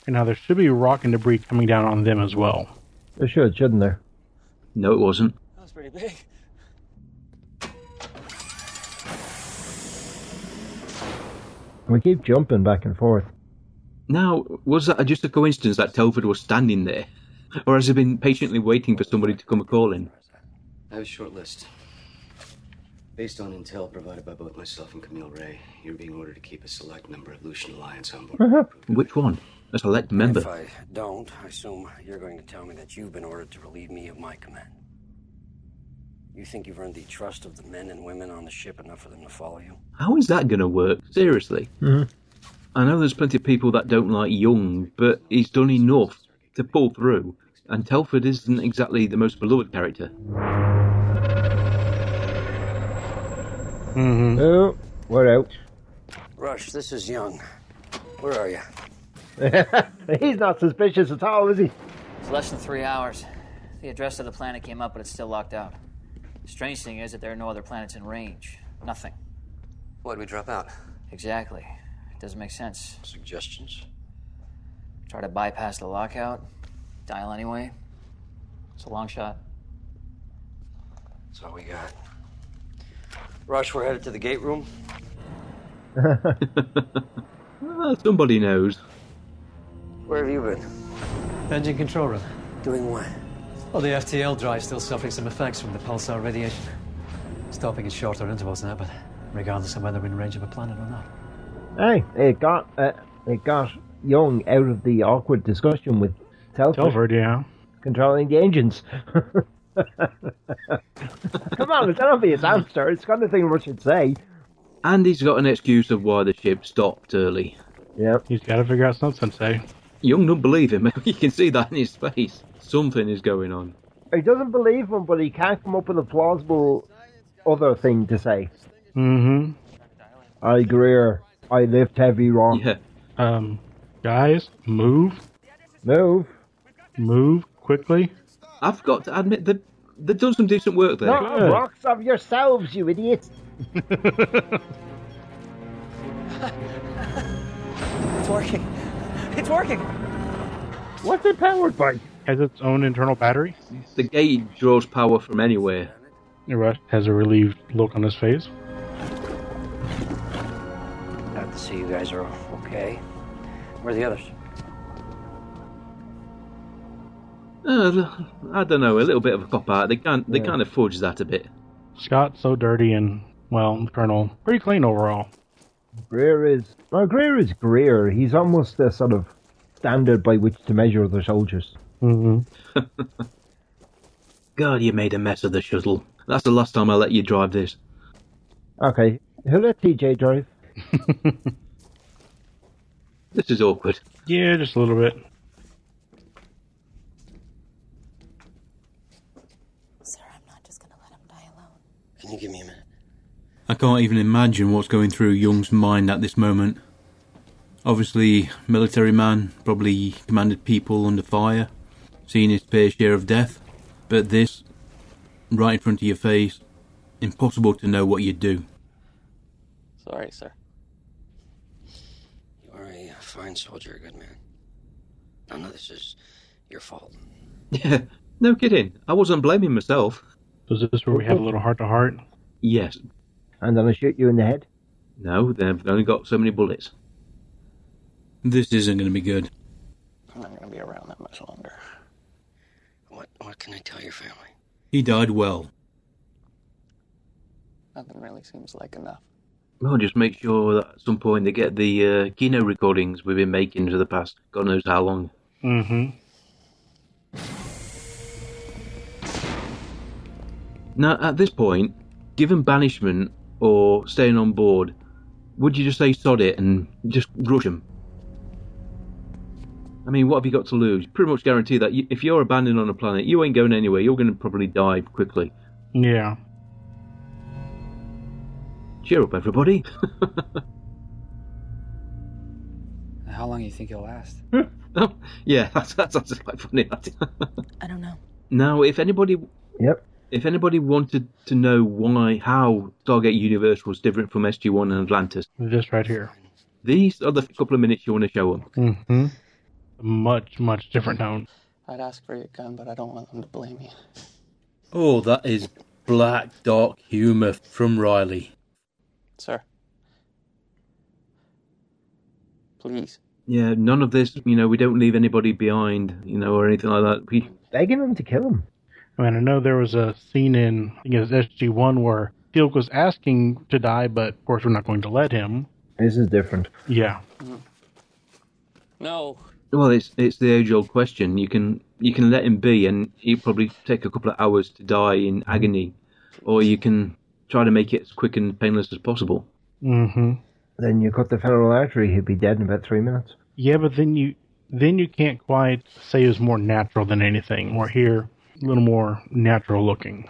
I: And now there should be rock and debris coming down on them as well.
H: There should, shouldn't there?
A: No, it wasn't.
O: That was pretty big.
H: We keep jumping back and forth.
A: Now, was that just a coincidence that Telford was standing there? Or has he been patiently waiting for somebody to come a
I: (laughs)
A: calling?
U: I have a short list. Based on intel provided by both myself and Camille Ray, you're being ordered to keep a select member of Lucian Alliance on board.
A: Which one? A select member.
D: If I don't, I assume you're going to tell me that you've been ordered to relieve me of my command. You think you've earned the trust of the men and women on the ship enough for them to follow you?
A: How is that going to work? Seriously.
H: Mhm.
A: I know there's plenty of people that don't like Young, but he's done enough to pull through, and Telford isn't exactly the most beloved character.
H: Mm-hmm. Oh, we're out. (laughs)
D: Rush, this is Young. Where are you?
H: He's not suspicious at all, is he?
U: It's less than three hours. The address of the planet came up, but it's still locked out. The strange thing is that there are no other planets in range. Nothing. Why'd we drop out? Exactly. It doesn't make sense.
D: Suggestions?
U: Try to bypass the lockout. Dial anyway. It's a long shot.
D: That's all we got. Rush, we're headed to the gate room.
A: Ah, somebody knows.
D: Where have you been?
E: Engine control room.
D: Doing what?
E: Well, the FTL drive's still suffering some effects from the pulsar radiation. Stopping at shorter intervals now, but regardless of whether we're in range of a planet or not.
H: Hey, it got uh, it got Young out of the awkward discussion with Telford,
I: Telford, yeah.
H: controlling the engines. (laughs) Come on, it's an obvious answer. It's the kind of thing Rush should say.
A: And he's got an excuse of why the ship stopped early.
H: Yep.
I: He's got to figure out something, say.
A: Young don't believe him. (laughs) you can see that in his face. Something is going on.
H: He doesn't believe him, but he can't come up with a plausible other thing to say.
I: Mm-hmm.
H: I Greer, I lift heavy rock.
A: Yeah.
I: Um, guys, move,
H: Move.
I: move quickly.
A: I've got to admit, they've, they've done some decent work there.
H: Knock
I: Good.
H: rocks of yourselves, you idiots.
O: It's working. It's working.
H: What's it powered by?
I: Has its own internal battery.
A: The gate draws power from anywhere.
I: Rush has a relieved look on his face.
D: Glad to see you guys are okay. Where are the others?
A: Uh, I don't know, a little bit of a cop out. They can they
H: Yeah.
A: kind of fudge that a bit.
I: Scott's so dirty and well, Colonel, (laughs) pretty clean overall.
H: Greer is well, Greer is Greer. He's almost the sort of standard by which to measure the soldiers.
I: Mm-hmm.
A: God, you made a mess of the shuttle. That's the last time I let you drive this.
H: Okay, who let
I: (laughs)
H: TJ drive?
A: This is awkward.
I: Yeah, just a little bit.
N: Sir, I'm not just gonna let him die alone.
D: Can you give me a minute?
A: I can't even imagine what's going through Young's mind at this moment. Obviously, military man, probably commanded people under fire, seen his fair share of death, but this, right in front of your face, impossible to know what you'd do.
M: Sorry, sir.
D: You are a fine soldier, a good man. None of this is your fault.
A: Yeah, (laughs) no kidding. I wasn't blaming myself.
I: Was this where we had a little heart to heart?
A: Yes,
H: And then I shoot you in the head.
A: no, they've only got so many bullets. This isn't going to be good.
M: I'm not gonna be around that much longer.
D: What what can I tell your family?
A: He died well.
M: Nothing really seems like enough.
A: Well, just make sure that at some point they get the uh, keynote recordings we've been making for the past God knows how long.
I: Mm-hmm.
A: Now, at this point, given banishment or staying on board, would you just say sod it and just rush them? I mean, what have you got to lose? Pretty much guarantee that you, if you're abandoned on a planet, you ain't going anywhere. You're going to probably die quickly.
I: Yeah.
A: (laughs) Cheer up, everybody.
C: How long do you think it'll last?
A: Oh, Yeah, (laughs) that's that's, that's quite funny. That.
N: I don't know.
A: now, if anybody,
H: yep,
A: if anybody wanted to know why how Stargate Universe was different from SG One and Atlantis,
I: This right here.
A: these are the couple of minutes you want to show them.
I: Mm-hmm. Much, much different tone.
M: I'd ask for your gun, but I don't want them to blame you.
A: Oh, that is black dark humour from Riley.
M: Sir. Please.
A: Yeah, none of this. You know, we don't leave anybody behind. You know, or anything like that. We
H: begging them to kill him.
I: I mean, I know there was a scene in I think it was SG One where Teal'c was asking to die, but of course we're not going to let him.
H: This is different.
I: Yeah,
M: No.
A: Well, it's it's the age old question. You can you can let him be, and he'll probably take a couple of hours to die in agony, or you can try to make it as quick and painless as possible.
I: Mm-hmm.
H: Then you cut the femoral artery, he'd be dead in about three minutes.
I: yeah, but then you then you can't quite say it was more natural than anything. Or here, a little more natural looking.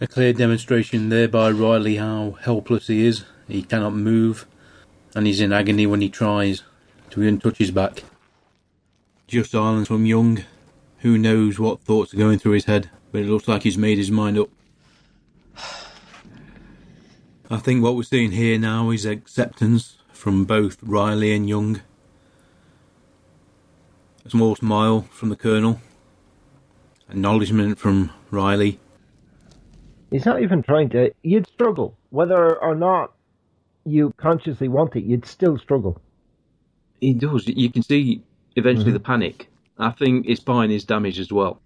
A: A clear demonstration there by Riley how helpless he is. He cannot move, and he's in agony when he tries to even touch his back. Just silence from Young. Who knows what thoughts are going through his head, but it looks like he's made his mind up. I think what we're seeing here now is acceptance from both Riley and Young. A small smile from the Colonel, acknowledgement from Riley,
H: He's not even trying to. You'd struggle. Whether or not you consciously want it, you'd still struggle.
A: He does. You can see eventually the panic. I think his spine is damaged as well.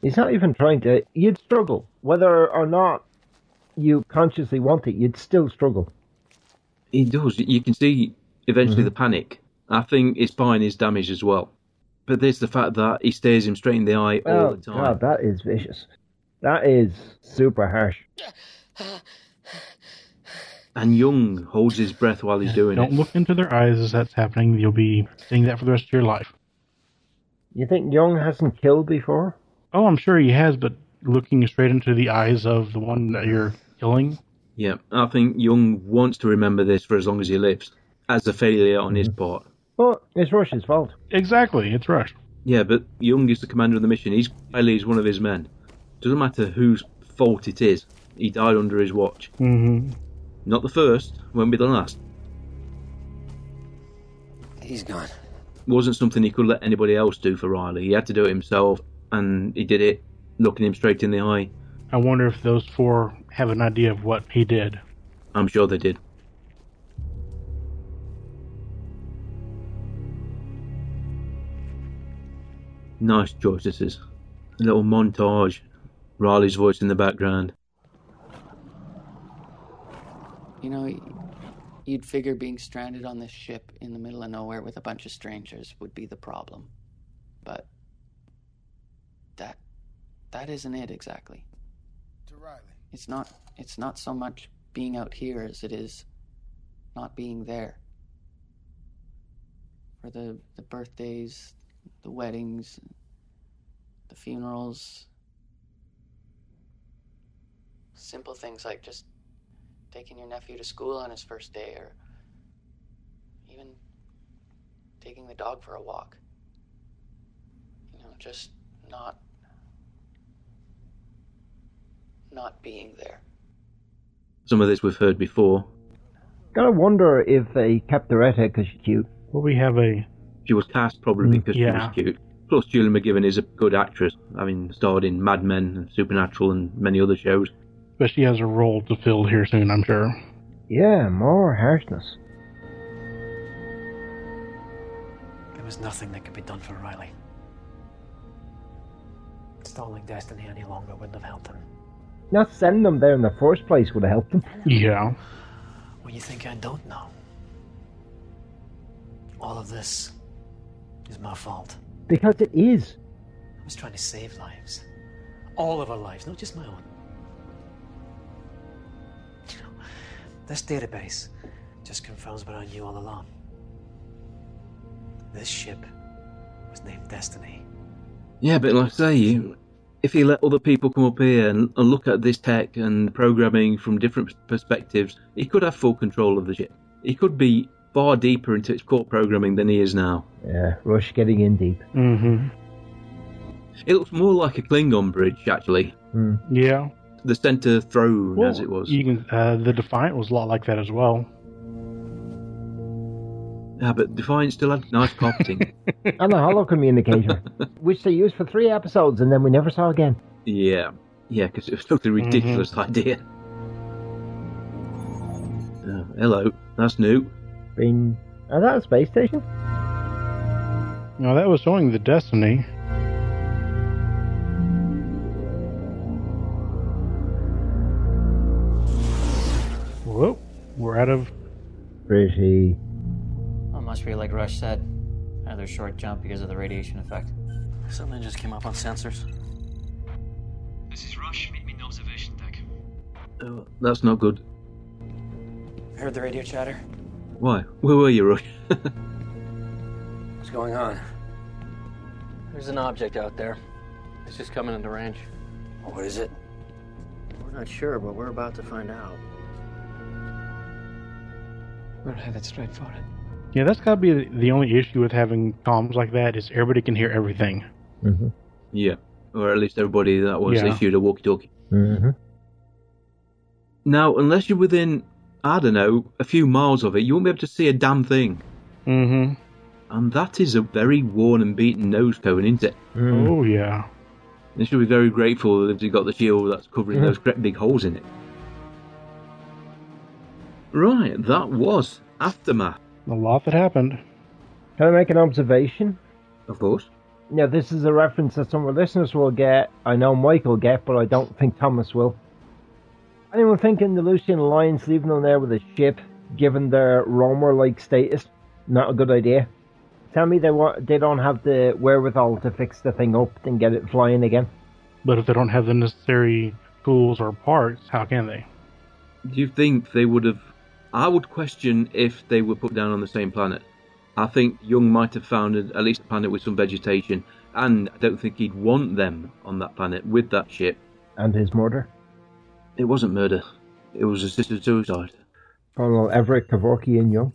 H: He's not even trying to. You'd struggle. Whether or not you consciously want it, you'd still struggle.
A: He does. You can see eventually the panic. I think his spine is damaged as well. But there's the fact that he stares him straight in the eye all
H: Oh,
A: the time.
H: God, that is vicious. That is super harsh.
A: And Young holds his breath while he's doing
I: Don't
A: it.
I: look into their eyes as that's happening. You'll be seeing that for the rest of your life.
H: You think Young hasn't killed before?
I: Oh, I'm sure he has, but looking straight into the eyes of the one that you're killing.
A: Yeah, I think Young wants to remember this for as long as he lives, as a failure on his part.
H: Well, it's Russia's fault.
I: Exactly, it's Rush.
A: Yeah, but Young is the commander of the mission. He's Riley is one of his men. Doesn't matter whose fault it is. He died under his watch.
I: Mm-hmm.
A: Not the first, won't be the last.
D: He's gone.
A: wasn't something he could let anybody else do for Riley. He had to do it himself, and he did it looking him straight in the eye.
I: I wonder if those four have an idea of what he did.
A: I'm sure they did. Nice choice this is. A little montage. Riley's voice in the background.
M: You know, y- you'd figure being stranded on this ship in the middle of nowhere with a bunch of strangers would be the problem. But that that isn't it exactly.
F: To Riley.
M: It's not it's not so much being out here as it is not being there. For the the birthdays, the weddings, the
V: (laughs)
M: funerals, simple things like just taking your nephew to school on his first day or even taking the dog for a walk. You know, just not not being there.
A: Some of this we've heard before.
H: Gotta wonder if they kept Doretta because she's cute.
I: Well, we have a.
A: She was cast probably because
I: yeah.
A: she was cute. Plus, Julie McGivern is a good actress, having starred in Mad Men, Supernatural, and many other shows.
I: But she has a role to fill here soon, I'm sure.
H: Yeah, more harshness.
E: There was nothing that could be done for Riley. Stalling destiny any longer wouldn't have helped him.
H: Not sending them there in the first place would have helped them.
I: Yeah.
E: What you think I don't know? All of this is my fault.
H: Because it is.
E: I was trying to save lives. All of our lives, not just my own. You know, this database just confirms what I knew all along. This ship was named Destiny.
A: Yeah, but like I say, you, if you let other people come up here and, and look at this tech and programming from different perspectives, he could have full control of the ship. He could be far deeper into its core programming than he is now.
H: Yeah, uh, Rush getting in deep.
I: Mm-hmm.
A: It looks more like a Klingon bridge, actually.
H: Mm.
I: Yeah.
A: The center throne,
I: Well,
A: as it was.
I: You can, uh, the Defiant was a lot like that as well.
A: Yeah, Ah, but Defiant still had nice
H: (laughs)
A: carpeting.
H: and a hollow
A: (laughs)
H: communicator, which they used for three episodes and then we never saw again.
A: yeah, yeah, because it was totally ridiculous idea. Oh, hello, that's new.
H: Been. Is that a space station?
I: No, that was showing the Destiny. Whoa, we're out of.
H: Pretty.
U: Well, it must be like Rush said. Another short jump because of the radiation effect.
O: Something just came up on sensors.
B: This is Rush. Meet me in the observation deck.
A: Oh, that's not good.
O: Heard the radio chatter.
A: Why? Where were you, Rush? (laughs)
D: What's going on?
B: There's an object out there. It's just coming into range.
D: What is it?
B: We're not sure, but we're about to find out.
P: We're headed straight for it.
I: Yeah, that's got to be the only issue with having comms like that is everybody can hear everything.
A: Yeah, or at least everybody that was
I: Yeah.
A: issued a walkie-talkie.
H: Mm-hmm.
A: Now, unless you're within, I don't know, a few miles of it, you won't be able to see a damn thing.
I: Mm-hmm.
A: And that is a very worn and beaten nose cone, isn't it?
H: Mm.
I: Oh yeah.
A: They should be very grateful that they've got the shield that's covering
I: Mhm.
A: those great big holes in it. Right, that was Aftermath,
I: A lot that happened.
H: Can I make an observation?
A: of course.
H: Now, this is a reference that some of the listeners will get. I know Mike will get, but I don't think Thomas will. Anyone thinking the Lucian Alliance leaving them there with a ship, given their Romer like status, not a good idea. Tell me they wa- they don't have the wherewithal to fix the thing up and get it flying again.
I: But if they don't have the necessary tools or parts, how can they?
A: Do you think they would have? I would question if they were put down on the same planet. I think Young might have found at at least a planet with some vegetation, and I don't think he'd want them on that planet with that ship.
H: And his murder.
A: It wasn't murder; it was assisted suicide.
H: Colonel Everett Kavorki and Young.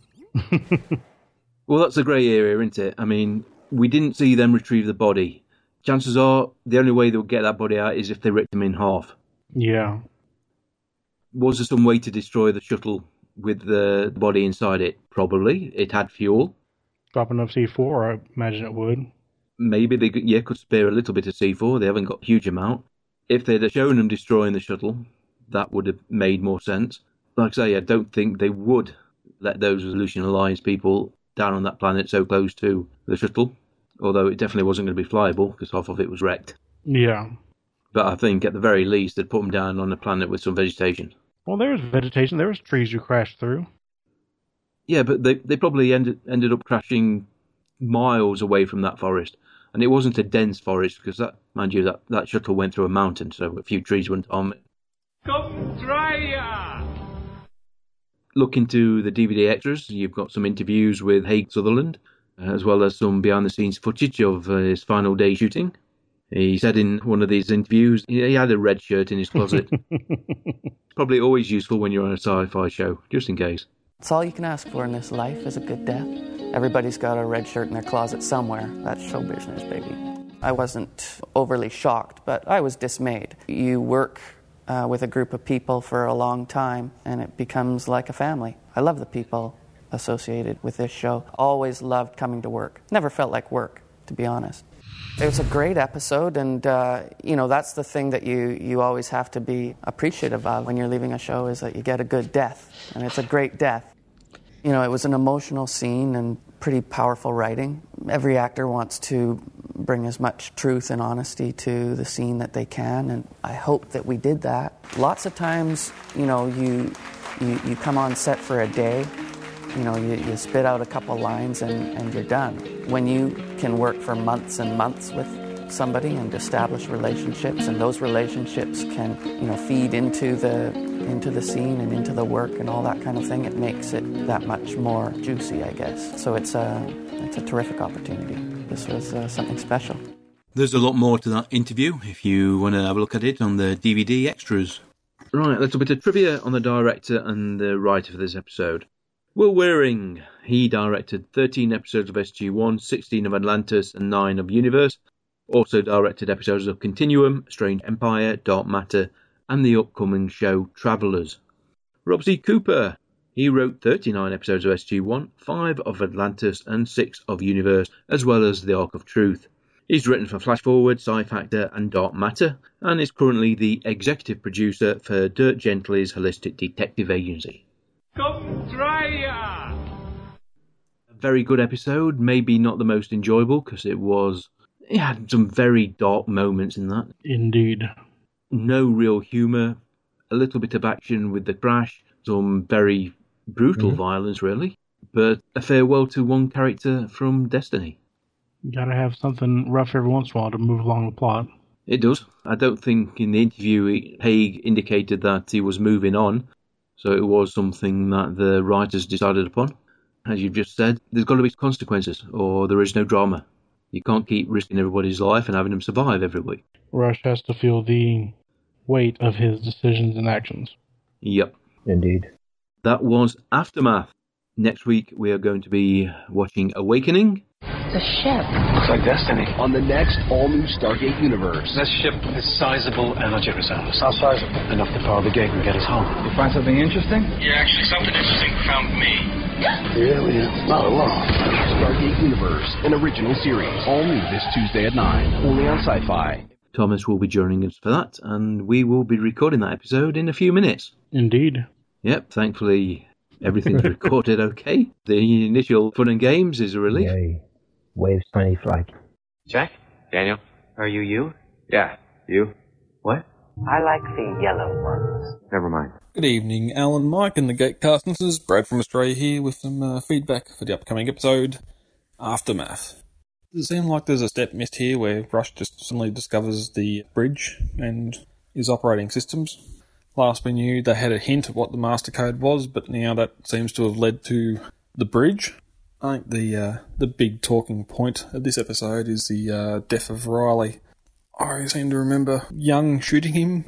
A: Well, that's a grey area, isn't it? I mean, we didn't see them retrieve the body. Chances are, the only way they'll get that body out is if they ripped him in half.
I: Yeah.
A: Was there some way to destroy the shuttle with the body inside it? Probably. It had fuel.
I: Drop enough C4, I imagine it would.
A: maybe they could- yeah could spare a little bit of C4. They haven't got a huge amount. If they'd have shown them destroying the shuttle, that would have made more sense. Like I say, I don't think they would let those Resolution Alliance people down on that planet so close to the shuttle. Although it definitely wasn't going to be flyable because half of it was wrecked.
I: Yeah.
A: But I think at the very least they'd put them down on a planet with some vegetation.
I: Well, there was vegetation. There was trees you crashed through.
A: Yeah, but they they probably ended ended up crashing miles away from that forest, and it wasn't a dense forest because that, mind you, that that shuttle went through a mountain, so a few trees went on. it.
G: Come try ya!
A: Look into the DVD extras. You've got some interviews with Haig Sutherland, uh, as well as some behind the scenes footage of uh, his final day shooting. He said in one of these interviews he he had a red shirt in his closet. probably always useful when you're on a sci-fi show, just in case.
V: It's all you can ask for in this life is a good death. Everybody's got a red shirt in their closet somewhere. That's show business, baby. I wasn't overly shocked, but I was dismayed. You work uh, with a group of people for a long time, and it becomes like a family. I love the people associated with this show. Always loved coming to work. Never felt like work, to be honest. It was a great episode, and uh, you know that's the thing that you you always have to be appreciative of when you're leaving a show is that you get a good death, and it's a great death. You know, it was an emotional scene and pretty powerful writing. Every actor wants to bring as much truth and honesty to the scene that they can, and I hope that we did that. Lots of times, you know, you you, you come on set for a day, you know, you, you spit out a couple lines and, and you're done. When you can work for months and months with somebody and establish relationships, and those relationships can, you know, feed into the into the scene and into the work and all that kind of thing, it makes it that much more juicy, I guess. So it's a it's a terrific opportunity. This was uh, something special.
A: There's a lot more to that interview if you want to have a look at it on the DVD extras. Right, a little bit of trivia on the director and the writer for this episode. Will Wearing, he directed 13 episodes of SG1, 16 of Atlantis, and 9 of Universe. Also directed episodes of Continuum, Strange Empire, Dark Matter, and the upcoming show Travelers. Rob C. Cooper, he wrote 39 episodes of SG1, 5 of Atlantis, and 6 of Universe, as well as The Arc of Truth. He's written for Flash Forward, Sci Factor, and Dark Matter, and is currently the executive producer for Dirt Gently's Holistic Detective Agency.
G: Come try
A: A very good episode, maybe not the most enjoyable because it was. It had some very dark moments in that.
I: Indeed.
A: No real humour, a little bit of action with the crash, some very brutal
I: Mhm.
A: violence, really, but a farewell to one character from Destiny.
I: Gotta have something rough every once in a while to move along the plot.
A: It does. I don't think in the interview he- Haig indicated that he was moving on, so it was something that the writers decided upon. As you've just said, there's got to be consequences, or there is no drama. You can't keep risking everybody's life and having them survive every week.
I: Rush has to feel the weight of his decisions and actions.
A: Yep.
H: Indeed.
A: That was Aftermath. Next week we are going to be watching Awakening.
J: The ship. Looks like destiny. On the next all-new Stargate universe.
L: This ship has sizable energy reserves. How sizable? Enough to power the gate and get us home. You find something interesting?
J: Yeah, actually, something interesting found me. Really? Not alone. Stargate Universe, an original series. All new this Tuesday at 9, only on sci fi.
A: Thomas will be joining us for that, and we will be recording that episode in a few minutes.
I: Indeed.
A: Yep, thankfully everything's recorded okay. The initial fun and games is a relief.
H: Waves tiny flag.
W: Jack? Daniel? Are you you? Yeah, you. What? I like the yellow ones. (laughs) Never mind.
X: Good evening, Alan, Mike, and the Gatecaster. This is Brad from Australia here with some uh, feedback for the upcoming episode, Aftermath. Does it seem like there's a step missed here where Rush just suddenly discovers the bridge and his operating systems? Last we knew, they had a hint of what the master code was, but now that seems to have led to the bridge. I think the uh, the big talking point of this episode is the uh, death of Riley. I seem to remember Young shooting him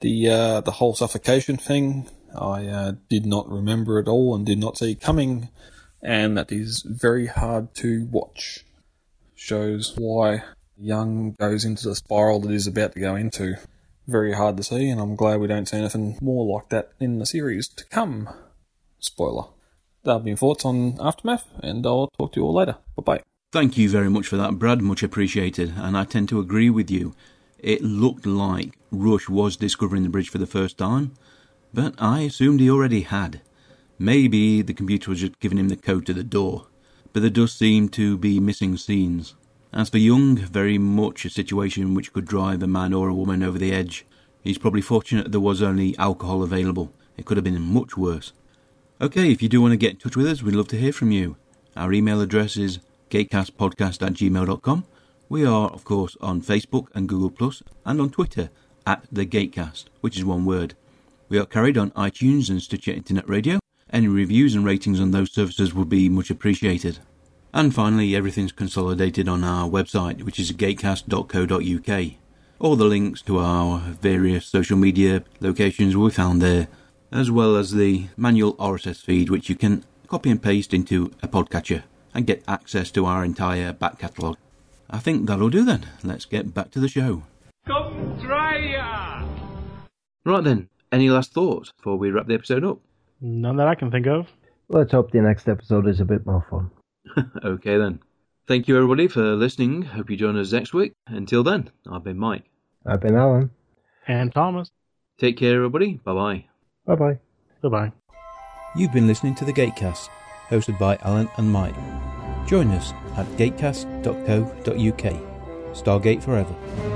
X: the uh, the whole suffocation thing I uh, did not remember at all and did not see coming, and that is very hard to watch. Shows why Young goes into the spiral that he's about to go into. Very hard to see, and I'm glad we don't see anything more like that in the series to come. Spoiler. That'll be my thoughts on Aftermath, and I'll talk to you all later. Bye bye.
A: Thank you very much for that, Brad. Much appreciated. And I tend to agree with you. It looked like Rush was discovering the bridge for the first time, but I assumed he already had. Maybe the computer was just giving him the code to the door. But there does seem to be missing scenes. As for Young, very much a situation which could drive a man or a woman over the edge. He's probably fortunate there was only alcohol available. It could have been much worse. Okay, if you do want to get in touch with us, we'd love to hear from you. Our email address is gatecastpodcast at gmail.com. We are, of course, on Facebook and Google Plus and on Twitter at The Gatecast, which is one word. We are carried on iTunes and Stitcher Internet Radio. Any reviews and ratings on those services would be much appreciated. And finally, everything's consolidated on our website, which is gatecast.co.uk. All the links to our various social media locations will be found there, as well as the manual RSS feed, which you can copy and paste into a podcatcher and get access to our entire back catalogue. I think that'll do then. Let's get back to the show.
G: Come try
A: Right then, any last thoughts before we wrap the episode up?
I: None that I can think of.
H: Let's hope the next episode is a bit more fun.
A: okay then. Thank you everybody for listening. Hope you join us next week. Until then, I've been Mike.
H: I've been Alan.
I: And Thomas.
A: Take care everybody. Bye bye.
H: Bye bye.
I: Goodbye.
A: You've been listening to the Gatecast, hosted by Alan and Mike. Join us at gatecast.co.uk. Stargate Forever.